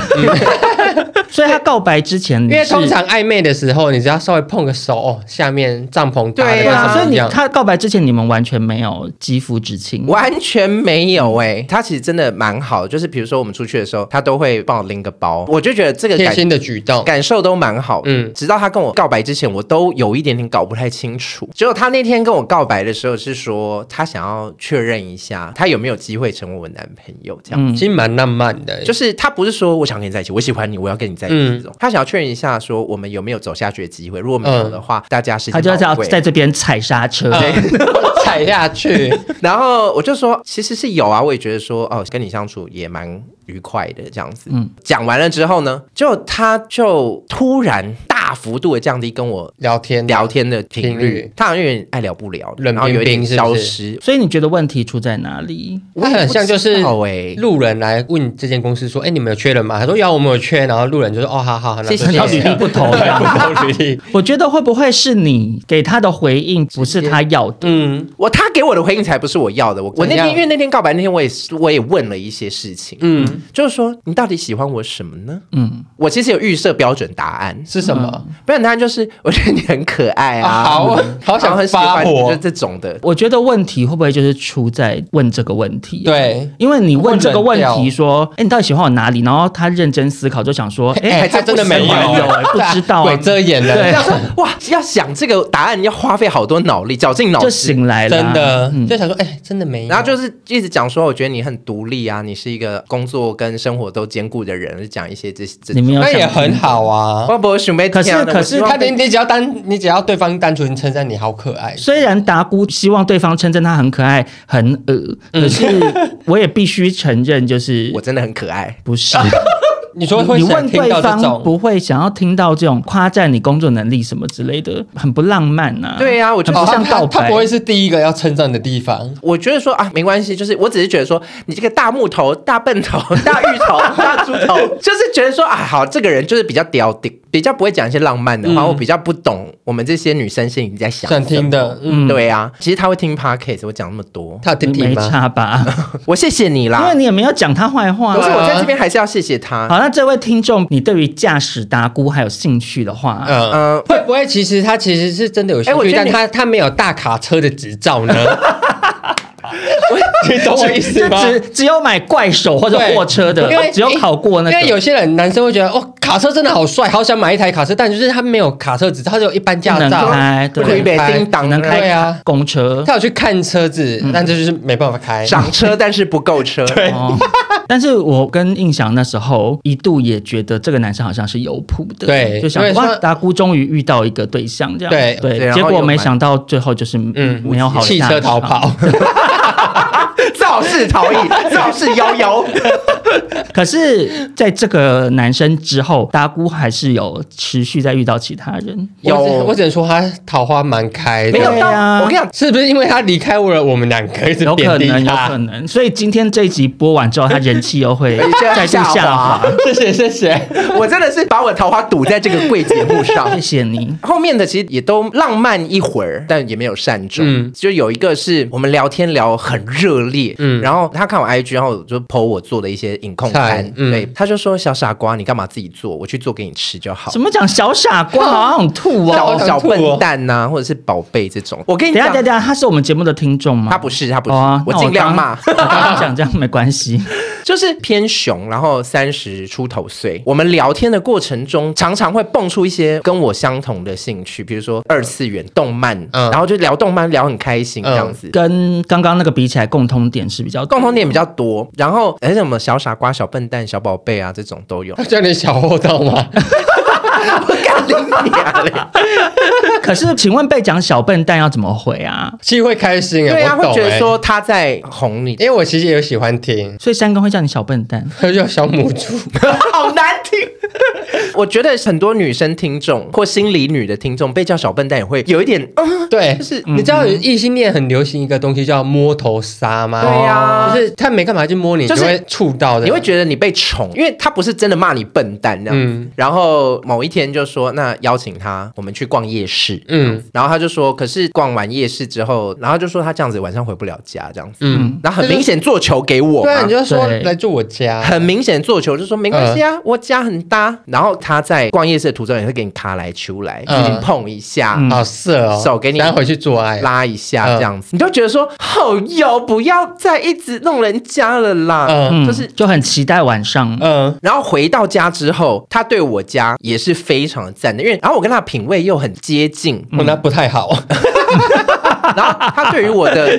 所以他告白之前，因
因为通常暧昧的时候，你只要稍微碰个手，哦、下面帐篷搭的
对
对
啊
啊，所以
跟
你
什么
他告白之前，你们完全没有肌肤之亲。
完全没有哎、
嗯
他其实真的蛮好，就是比如说我们出去的时候，他都会帮我拎个包，我就觉得这个
一样贴
感
心的举动，
感受都蛮好。嗯
嗯，
直到他跟我告白之前，我都有一点点搞不太清楚。结果他那天跟我告白的时候是说，他想要确认一下他有没有机会成为我男朋友这样。
嗯
其，实蛮浪漫的，
就是他不是说我想跟你在一起，我喜欢你，我要跟你在一起
嗯
这种，他想要确认一下说我们有没有走下去的机会。如果没有的话，大家是
他就是要在这边踩刹车。
嗯 踩下去，
然后我就说，其实是有啊，我也觉得说，哦，跟你相处也蛮愉快的这样子。嗯
嗯，
讲完了之后呢，就他就突然大幅度的降低跟我
聊天
聊天的频
频
率
率，
他好像有点爱聊不聊，
冷
然后有一点
冰冰是
消
不是
失。
所以你觉得问题出在哪里？
他很像就是
好哎，
路人来问这间公司说：“哎、你们有缺人吗？”他说：“要，我们有缺。”然后路人就说：“哦，好好，好那嗯
谢谢
不
然后履
缺
历不 投这样
不投履历。
我觉得会不会是你给他的回应不是他要的？
嗯
我他给我的回应才不是我要的。我我那
怎
天
样
因为那天告白那天，我也是我也问了一些事情，
嗯，
就是说你到底喜欢我什么呢？
嗯，
我其实有预设标准答案，
是什么？
不然答案就是我觉得你很可爱啊，
啊好好想
然后很喜
发
欢你，
火
就这种的。
我觉得问题会不会就是出在问这个问题？。啊
对，
因为你问这个问
问冷
题
掉
说，哎、你到底喜欢我哪里？然后他认真思考，就想说，哎、
哎、
还
他
真
真的
不
没
喜欢
有哎不知道啊
鬼遮眼
这
了
样，说哇，要想这个答案要花费好多脑力，绞尽脑
就
汁。
醒来了，
真的、
嗯
就想说：“哎、真的没有。”
然后就是一直讲说，我觉得你很独立啊，你是一个工作跟生活都兼顾的人，就讲一些这这
你。没有
那
想
也很好啊。
我不准备
可是
听啊
可是
我希望
他你你只要单你只要对方单纯称赞你好可爱，
虽然达姑希望对方称赞她很可爱、很恶，
嗯
可是我也必须承认，就是
我真的很可爱。
不 是
你说会
你
想
问
听
对
到这
方
种
不会想要听到这种夸赞你工作能力什么之类的，很不浪漫啊呐、
对啊呀、我就
很不
哦
是
他
像告
他
白
不。会是第一个要称赞的地方。
我觉得说啊，没关系，就是我只是觉得说，你这个大木头、大笨头、大芋头、大猪头，就是觉得说啊，好，这个人就是比较屌顶， 比较不会讲一些浪漫的话，
嗯
我比较不懂我们这些女生心里在想
想
什么
听。的，嗯，
嗯
对啊，其实他会听 podcast，我讲那么多，
他有听听
没
吗？
差 吧？
我谢谢你
因
啦
为。你也没有讲他坏话
可是
啊。
我在这边还是要谢谢他。
好，那这位听众，你对于驾驶达姑还有兴趣的话，
嗯
嗯、
会不会其实他其实是真的有兴
哎我
趣，
觉得
但
你
他他没有大卡车的执照呢？ 你懂我意思
就
吗？
只只有买怪手或者
对
货车的
因为，
只有考过那
因为
个
有。些人男生会觉得哦，卡车真的好帅，好想买一台卡车，但就是他没有卡车执照，他只有一般驾
不能
照，
开
不
对
可以被叮
只
当
能
对
开
啊
公车，
他有去看车子，
嗯
但这就是没办法 开。
赏车，但是不够车。对，
哦，但是我跟印象那时候一度也觉得这个男生好像是有谱的，
对
就想
因为
哇，
说
达姑终于遇到一个对象，这样
对
对
对，
然后
结
又
果没
蛮
想到最后就是
嗯
嗯没有好的
汽
下
车逃
场。
跑，
肇事逃逸，肇事夭夭。
可是在这个男生之后，达姑还是有持续在遇到其他人，
有
我只我只能说他桃花蛮开
没有
对
的。
到，
啊
我跟你讲，
是不是因为他离开我了，我们两个一直
有可
贬低
能，有可
他？
能。所以今天这一集播完之后，他人气又会再度
下
下
滑
滑。
谢谢谢谢。
我真的是把我的桃花堵在这个贵节目上
谢。谢你。
后面的其实也都浪漫一会儿，但也没有善终。
嗯
就有一个是我们聊天聊很热烈，嗯，
嗯
然后他看我 IG，然后就 PO 我做的一些影控餐
菜，嗯
对，他就说小傻瓜，你干嘛自己做？我去做给你吃就好
怎。么讲小傻瓜，好想 吐
小
哦！
小
想吐哦
笨蛋呐、或者是宝贝这种，我跟
等一
你
下，等
讲
一，下，他是我们节目的听众吗？
他不是，他不是，
哦啊
我
那
尽量
刚
骂
。我刚刚讲这样没关 系，
就是偏熊，然后三十出头岁。我们聊天的过程中，常常会蹦出一些跟我相同的兴趣，比如说二次元、动漫，
嗯
然后就聊动漫，聊很开心
嗯
这样子。
跟刚刚那个比起来，共通点是比较
共同点比较多，然后而且我们小傻瓜、小笨蛋、小宝贝啊这种都有
他。叫你小厚道吗？
干你娘嘞
可是，请问被讲小笨蛋要怎么回啊？
其实会开心哎、
对啊，
我
会
懂、
觉得说，他在哄你，
因为我其实也有喜欢 听，
所以三公会叫你小笨蛋，
他叫小母猪，
好难听。 我觉得很多女生听众或心理女的听众被叫小笨蛋也会有一点， 嗯，
对，
就是
你知道异性恋很流行一个东西叫摸头杀吗？
对啊
就是他没干嘛去摸你，
就是
就会触到的，
你会觉得你被宠，因为他不是真的骂你笨蛋那样子。
嗯
然后某一天就说，那邀请他我们去逛夜市，嗯
嗯，
然后他就说，可是逛完夜市之后，然后就说他这样子晚上回不了家这样子，嗯
嗯，
然后很明显做球给我嘛，
对啊，你就说嗯
对
来住我家，
很明显做球就说没关系啊，我家很搭，然后他在逛夜市的途中也会给你卡来出来，
嗯
给你碰一下。
嗯
好色哦，
手给你
然后回去做爱，
拉一下
嗯
这样子，你就觉得说好油，不要再一直弄人家了啦。
嗯
嗯，
就是哦
就很期待晚上。
嗯，
然后回到家之后，他对我家也是非常赞的，因为然后我跟他的品味又很接 近，
我哦那不太好，
然后他对于我 的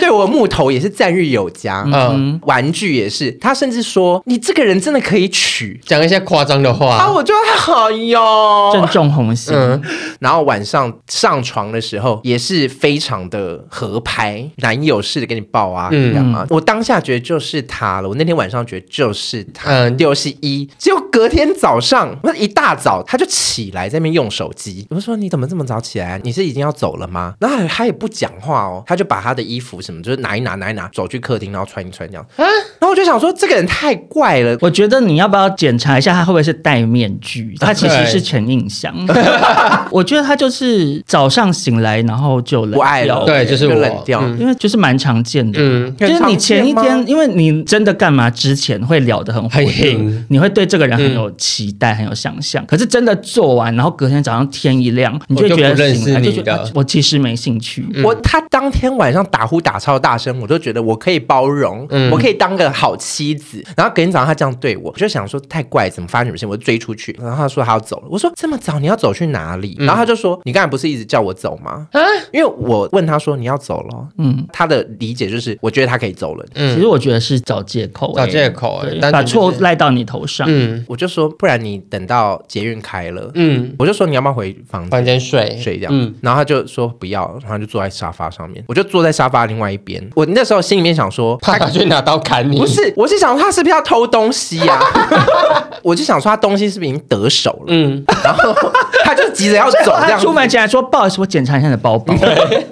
对我的木头也是赞誉有加，
嗯，
玩具也是，他甚至说你这个人真的可以娶
讲一些夸张的
啊，
话，
我觉得好
正
哟。
中红心，
嗯，
然后晚上上床的时候也是非常的合拍，男友似的给你抱啊，
嗯
这样啊，我当下觉得就是他了，我那天晚上觉得就是他。
嗯，
六十一，结果隔天早上，我一大早他就起来在那边用手机。我就说你怎么这么早起来？啊你是已经要走了吗？然后他也不讲话哦，他就把他的衣服什么就是拿一拿拿一拿，走去客厅然后穿一穿这样。然后我就想说这个人太怪了，
我觉得你要不要检查一下他会不会是戴面具？他其实是陈映祥。 我觉得他就是早上醒来，然后就冷
不爱
掉
了
对，就是我
就冷掉
嗯
因为就是蛮常见的。
嗯
就是你前一
很常见吗
天，因为你真的干嘛之前会聊得很火
很
热
硬
你会对这个人很有期待、很有想象。可是真的做完，然后隔天早上天一亮，你就会觉
我就不认
得
识
醒来就
你
觉得
了
啊我其实没兴趣。
嗯
我他当天晚上打呼打超大声，我都觉得我可以包容，
嗯
我可以当个好妻子。然后隔天早上他这样对我，我就想说太怪，怎么发生什么事？我就追出去，然后他说他要走了，我说这么早你要走去哪里？
嗯
然后他就说你刚才不是一直叫我走吗？因为我问他说你要走了，
嗯，
他的理解就是我觉得他可以走了。
嗯
其实我觉得是找借口、
找借
口，
口，欸
对
单纯
把
就是
错赖到你头上。
嗯
我就说，不然你等到捷运开了，
嗯，
我就说你要不要回房间
房间睡
睡这样，
嗯
然后他就说不要，然后就坐在沙发上面，我就坐在沙发另外一边。我那时候心里面想说，
怕他去拿刀砍你，
不是，我是想说他是不是要偷东西呀、 我就想说他东西是不是已经得手了？
嗯，
然后他就急着要走这
他
样
出门
子，
前来说：“不好意思，我检查一下你的包包。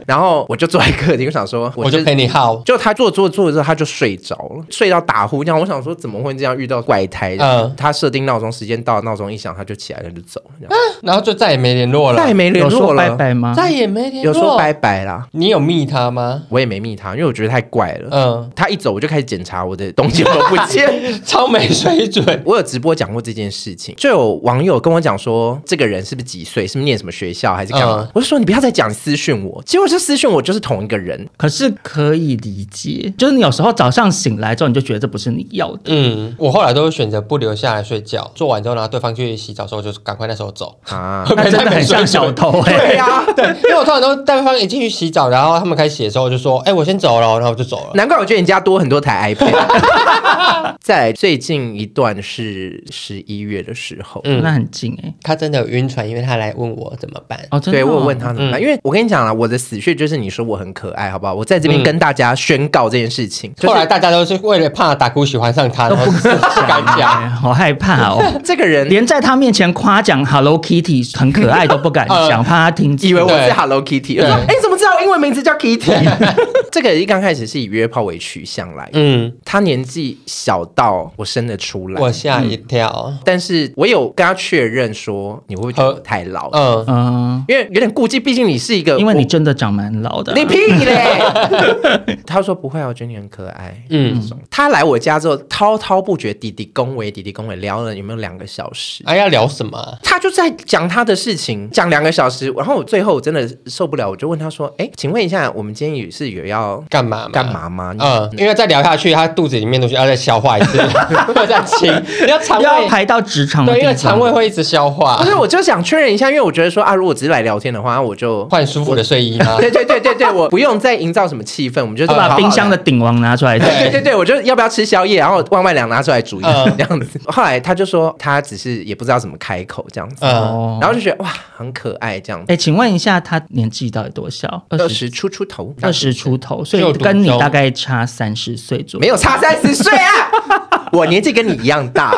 然后我就坐在客厅，我想说
我
就
就陪你耗，
就他坐坐坐着，他就睡着了，睡到打呼这样。我想说怎么会这样遇到怪胎？
嗯
他设定闹钟时间到，闹钟一响他就起来，他就走了，这样
然后就再也没联络了
再也，没”联
有
络
说
了，
拜拜吗？
再也没联络，
有说拜，拜啦。
你有密他吗？
我也没密他，因为我觉得太怪了。
嗯，
他一走，我就开始检查我的东西有没有不 见。
超没水准，
我有直播讲过这件事情，就有网友跟我讲说，这个人是不是几岁，是不是念什么学校，还是干嘛？
嗯
我就说你不要再讲，你私讯我。结果就私讯我就是同一个人，
可是可以理解，就是你有时候早上醒来之后，你就觉得这不是你要 的。
嗯，我后来都会选择不留下来睡觉，做完之后，然后对方去洗澡的时候，我就赶快那时候走。
啊，
那真的很像小偷哎、
对
啊
呀、
因为我通常都对方一进去洗澡，然后他们开始洗的时候，我就说：“哎、我先走了。”然后我就走了。
难怪我觉得你家多很多台 iPad。再 来最近一段是十一月的时候，
嗯
那很近哎、
他真的有晕船，因为他来问我怎么办。
哦，真的、
对，
哦。
我有问他怎
嗯
么办，因为我跟你讲了，我的死穴就是你说我很可爱，好不好？我在这边
嗯
跟大家宣告这件事情，就
后
是！
来大家都是为了怕达姑喜欢上他，然后不敢讲。
哎好害怕哦
这个人
连在他面前夸奖 Hello Kitty 很可爱都不敢讲，
呃
怕他听见
以为我是
对
Hello Kitty，我
对
说：“哎，你怎么知道我英文名字叫 Kitty？” 这个一刚开始是以约炮为取向来，
嗯，
他年纪小到我生得出来，
我吓一跳。
但是我有跟他确认说，你会不会觉得我太老？
嗯，
嗯、
因为有点顾忌，毕竟你是一个，
因为你真的长蛮老的
呃我。你屁 嘞！他说不会啊，我觉得你很可爱。
嗯
嗯，他来我家之后滔滔不绝，弟弟恭维，弟弟恭维，聊了有没有两个小时？
哎、要聊什么啊？
他就在讲他的事情，讲两个小时，然后我最后我真的受不了，我就问他说：“哎，请问一下，我们今天也是有要
干嘛嘛？
干嘛吗？”
呃
嗯，因为再聊下去，他肚子里面的东西要再消化一 次， 要再清，你要肠
要
胃
排到职场的
对，
地
因为
方，
肠胃会一直消化
不，
呃
是，我就想确认一下，因为我觉得说啊，如果只是来聊天的话，我就
换舒服的睡衣吗？
对对对对对，我不用再营造什么气氛，我们就是
就
呃好好
把呃冰箱的
来。
顶王拿出来。
对对对对，我就要不要吃宵夜，然啊后万万两拿出来煮一下
嗯
这样
呃
子。 后来他就说他只是也不知道怎么开口这样子，
嗯，
哦，
然后就觉得哇很可爱这样子，
哎，请问一下，他年纪到底多小？
二
二十
十出出头，
二十出头，所
就
以
读
跟你
中
大概差三十岁左右。
没有差三十岁 啊，我年纪跟你一样大。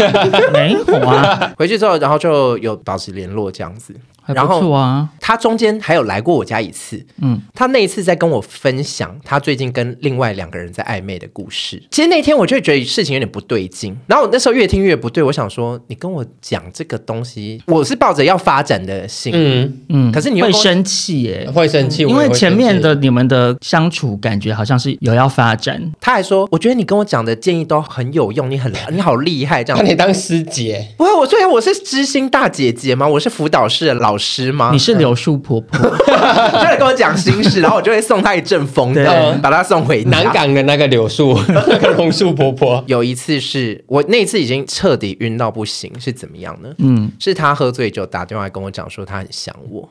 没有啊，
回去之后，然后就有保持联络这样子，
还
然
不
后
错啊。
他中间还有来过我家一次，
嗯
嗯，他那一次在跟我分享他最近跟另外两个人在暧昧的故事。其实那天我就觉得事情有点不对劲，然后我那时候越听越不对，我想说你跟我讲这个东西，我是抱着要发展的心，
嗯，
嗯，
可是你又
会
跟我
生气耶、
会生气，
因
呃我也
为
会
前
生气
面的你们的相处感觉好像是有要发展，
他还说，我觉得你跟我讲的建议都很有用，你很 你好厉害这
把
样。
你当师姐，
不会，我虽然我是知心大姐姐吗？我是辅导室的老师吗？
你是柳树婆婆，
他来跟我讲心事，然后我就会送他一阵风，
对
然后把他送回家
南。港的那个柳 树，那个榕树婆婆，
有一次是我那一次已经彻底晕到不行，是怎么样呢？
嗯，
是他喝醉酒打电话跟我讲说他很想我，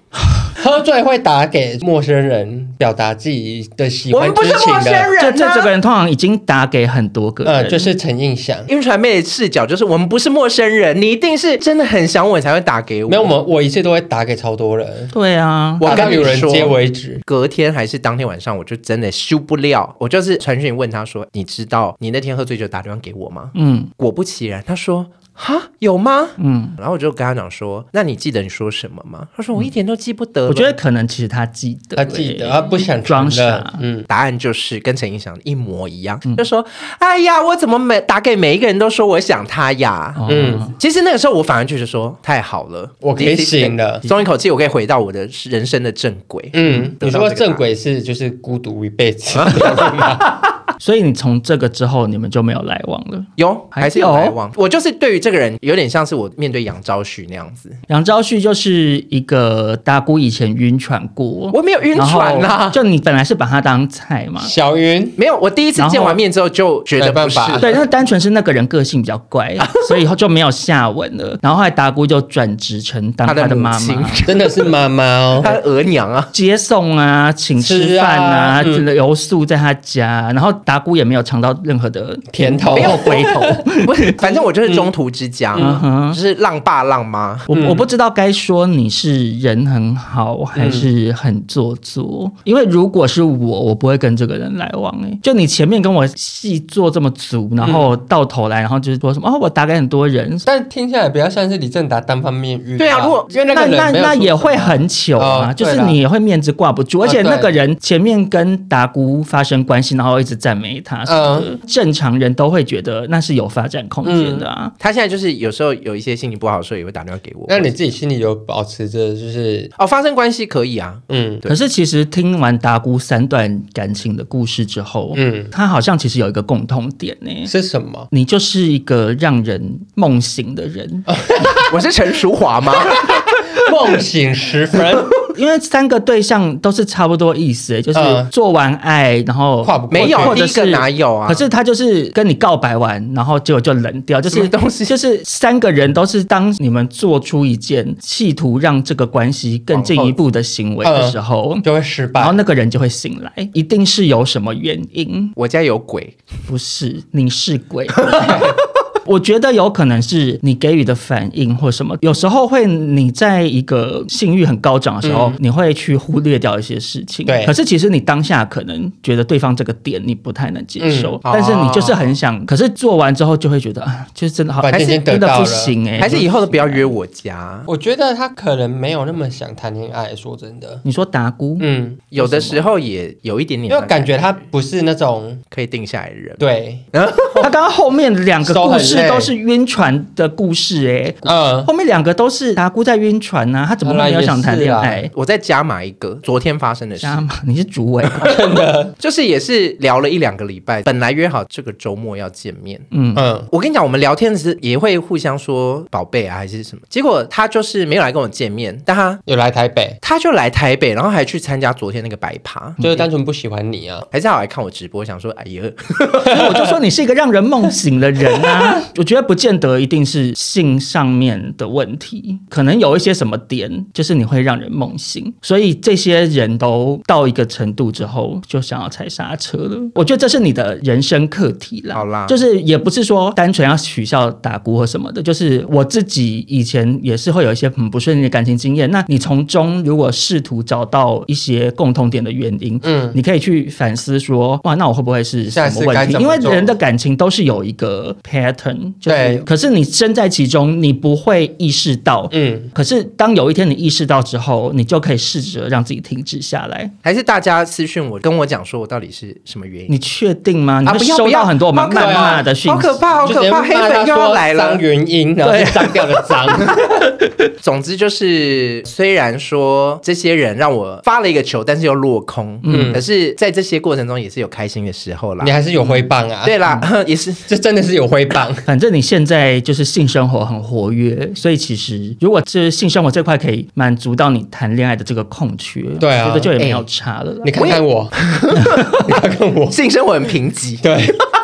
喝醉会打给陌生人表达自己的喜
我
欢
们不
之
是
情
陌生
的，
这
人
这
啊
这个人通常已经打给很多个人，
呃，就是陈映响。
晕船妹的视角就是我们不是陌生人，你一定是真的很想我你才会打给我。
没有，我我一次都会打给超多人，
对啊，
我
打
跟
到
你
有人
说
接为止。
隔天还是当天晚上，我就真的修不了，我就是传讯问他说：“你知道你那天喝醉酒打电话给我吗？”
嗯
果不其然，他说：“哈，有吗？”
嗯，
然后我就跟他讲说：“那你记得你说什么吗？”他说：“我一点都记不得了。
我觉得可能其实他记得、
他记得，
欸
他不想
装
承认
傻
嗯，
答案就是跟陈映想的一模一样，就说：“哎呀，我怎么每打给每一个人都说我想他呀？”
哦
嗯
其实那个时候，我反而就是说，太好了，
我可以
This is the-
醒了
松一口气，我可以回到我的人生的正轨。
嗯，
得
你
到
说
这个
正
答
轨是就是孤独一辈子，
所以你从这个之后你们就没有来往了。
有
还
还是有
有
来往，我就是对于这个人有点像是我面对杨昭旭那样子，
杨昭旭就是一个大姑以前晕船过，
我没有晕船
然后
啦，
就你本来是把他当菜嘛，
小云
没有，我第一次
然后
见完面之后就觉得
没办
不是
法，
对，那单纯是那个人个性比较怪，所以以后就没有下文了。然后后来达姑就转职成当
他
他
的
的
母
妈
亲
妈，
真的是妈妈
他
哦，
的额 娘啊，
接送啊，请吃
吃啊
饭啊，
嗯
留宿在他家。然后达姑也没有尝到任何的
甜头
没有回头。
不是，反正我就是中途之家，
嗯哼
就是浪爸浪妈。
我
嗯
我不知道该说你是人很好还是很做作，因为如果是我，我不会跟这个人来往、欸。就你前面跟我戏做这么足，然后
嗯
到头来，然后就是说什么哦，我打给很多人，
但听下来比较像是李正达单方面遇到。
对啊如果
因为那
那
个人
那
没有
那
说
也
什
会
么
很糗啊，
哦
就
对
是
啦
你也会面子挂不住，而且
啊对
那个人前面跟达姑发生关系，然后一直赞美他什么
嗯
的，正常人都会觉得那是有发展空间的
嗯
啊。
他现在就是有时候有一些心情不好的时候也会打电话给我。
那你自己心里有保持着就是
哦，发生关系可以啊，
嗯
对
可是其实听完达姑三段感情的故事之后，
嗯
他好像其实有一个共通点呢、
是什么？
你就是一个让人梦醒的人，
哦
我是陈淑华 吗？
梦醒时分，
因为三个对象都是差不多意思、欸，就是
嗯
做完爱，然后
跨不过
没有，
或
第
者
一
是
个哪有啊？
可是他就是跟你告白完，然后结果就冷掉，就是
什么东西
就是三个人都是当你们做出一件企图让这个关系更进一步的行为的时候，
嗯
就会失
然后
败。
那个人就会醒来，一定是有什么原因，
我家有鬼，
不是你是鬼。 我觉得有可能是你给予的反应或什么，有时候会你在一个性欲很高涨的时候，你会去忽略掉一些事情。
嗯对
可是其实你当下可能觉得对方这个点你不太能接受，
嗯哦
但是你就是很想，可是做完之后就会觉得啊，就是真的好，
反
还
正已
是
经得
真的
到
不
了
行哎、
还是以后都不要约我
嗯
家。
我觉得他可能没有那么想谈恋爱，说真的，
你说达姑，
嗯，
有的时候也有一点点
因为感觉他不是那种
可以定下来的人。
对，
他刚刚后面两个
收
故
很
事
累
都是晕船的故事哎、
嗯，
后面两个都是达姑在晕船呐、啊，他怎么会没有想谈恋
本来也啊
爱？
我再加码一个昨天发生的事，
加嘛，你是主委，
就是也是聊了一两个礼拜，本来约好这个周末要见面。
嗯，
嗯，
我跟你讲，我们聊天时也会互相说宝贝啊，还是什么。结果他就是没有来跟我见面，但他
有来台北，
他就来台北，然后还去参加昨天那个白趴，
就是单纯不喜欢你啊。
还是好来看我直播，想说哎呀，
所以我就说你是一个让人梦醒的人 啊。我觉得不见得一定是性上面的问题，可能有一些什么点，就是你会让人梦醒。所以这些人都到一个程度之后，就想要踩刹车了。我觉得这是你的人生课题啦。
好啦
就是也不是说单纯要取笑打鼓或什么的，就是我自己以前也是会有一些很不顺利的感情经验。那你从中如果试图找到一些共同点的原因，嗯，你可以去反思说，哇，那我会不会是什
下
么
次该
问题？
怎
因
么
为
做
人的感情都是有一个 pattern，就是
对
可是你身在其中，你不会意识到。
嗯，
可是当有一天你意识到之后，你就可以试着让自己停止下来。
还是大家私讯我，跟我讲说我到底是什么原因？
你确定吗？你
啊
会
不要
收
不要
到很多我们
好
谩
可怕
骂的讯
好
息，
可怕，好
就
可怕！黑
直接骂他
粉又要
说
来
张
了。
元英，然后
对
是脏掉的脏，
总之就是，虽然说这些人让我发了一个球，但是又落空。嗯，可是在这些过程中也是有开心的时候啦
你。还是有挥棒啊，
对，啦，
嗯
也是
这真的是有挥棒。
反正你现在就是性生活很活跃，所以其实如果这性生活这块可以满足到你谈恋爱的这个空缺，
对啊
我觉得就也没有差了啦。
你看看 我，你看看我，
性生活很贫瘠。
对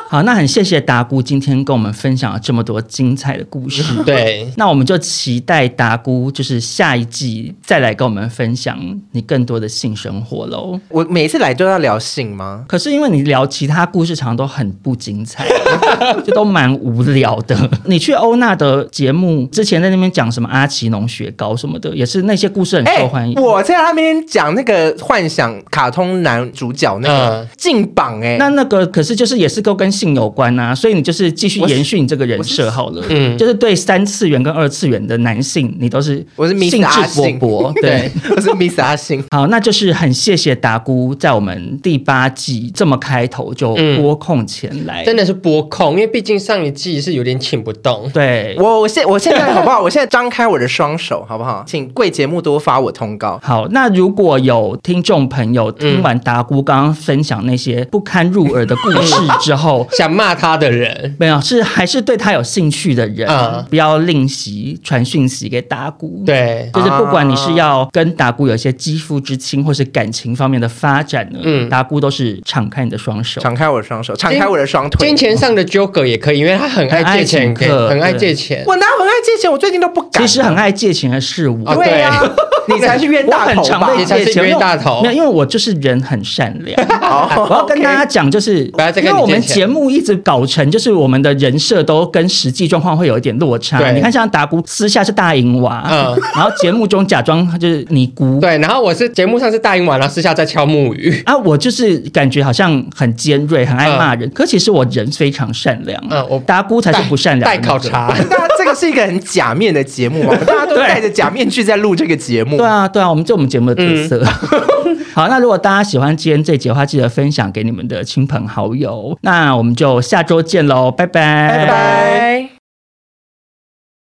好，那很谢谢达姑今天跟我们分享了这么多精彩的故事。
对，
那我们就期待达姑就是下一季再来跟我们分享你更多的性生活喽。
我每一次来都要聊性吗？
可是因为你聊其他故事，常常都很不精彩， 就都蛮无聊的。你去欧娜的节目之前，在那边讲什么阿奇农雪糕什么的，也是那些故事很受欢迎。
哎我在那边讲那个幻想卡通男主角那个
嗯
进榜哎，
那那个可是就是也是都跟性有关啊，所以你就是继续
我是
延续你这个人设好了，嗯，就是对三次元跟二次元的男性，你都是
我是 Miss
兴致
阿
勃
信
勃，对
对。，我是 Miss 阿信。
好，那就是很谢谢达姑在我们第八季这么开头就拨空前来，
真的是拨空，因为毕竟上一季是有点请不动。
对。
我我现我现在好不好？ 我现在张开我的双手好不好？请贵节目多发我通告。
好，那如果有听众朋友听完达姑刚刚分享那些不堪入耳的故事之 后，
想骂他的人，
没有是还是对他有兴趣的人，
嗯
不要吝惜传讯息给达姑。。
对，啊
就是不管你是要跟达姑有一些肌肤之亲，或是感情方面的发展呢，
嗯
达姑都是敞开你的双手。
敞开我的双手，敞开我的双腿。
金钱上的纠葛也可以，因为他很爱借钱给，
很爱请客
很爱借钱。
我哪有很爱借钱？我最近都不敢。
其实很爱借钱的是我，
哦
对啊， 你才是冤
我
大
很
头
常
吧
被？
你才
借
是
钱，
冤
因为
大头
没有，因为我就是人很善 良。
哦
我要跟
OK
大家讲，就是
不要再
因
跟
为
你
我们
借钱
节目一直搞成，就是我们的人设都跟实际状况会有一点落差。
对
你看，像达姑私下是大银娃，
嗯
然后节目中假装就是尼姑，
对，然后我是节目上是答应完了，私下在敲木鱼。
啊，我就是感觉好像很尖锐，很爱骂人，可其实我人非常善良。
嗯我
达姑才是不善良的
带
那个
考。察，
那这个是一个很假面的节目啊，大家都戴着假面具在录这个节目。
对啊，对啊，我们就我们节目的特色。 好，那如果大家喜欢今天这集的话，记得分享给你们的亲朋好友。那我们就下周见喽，拜拜，
拜拜。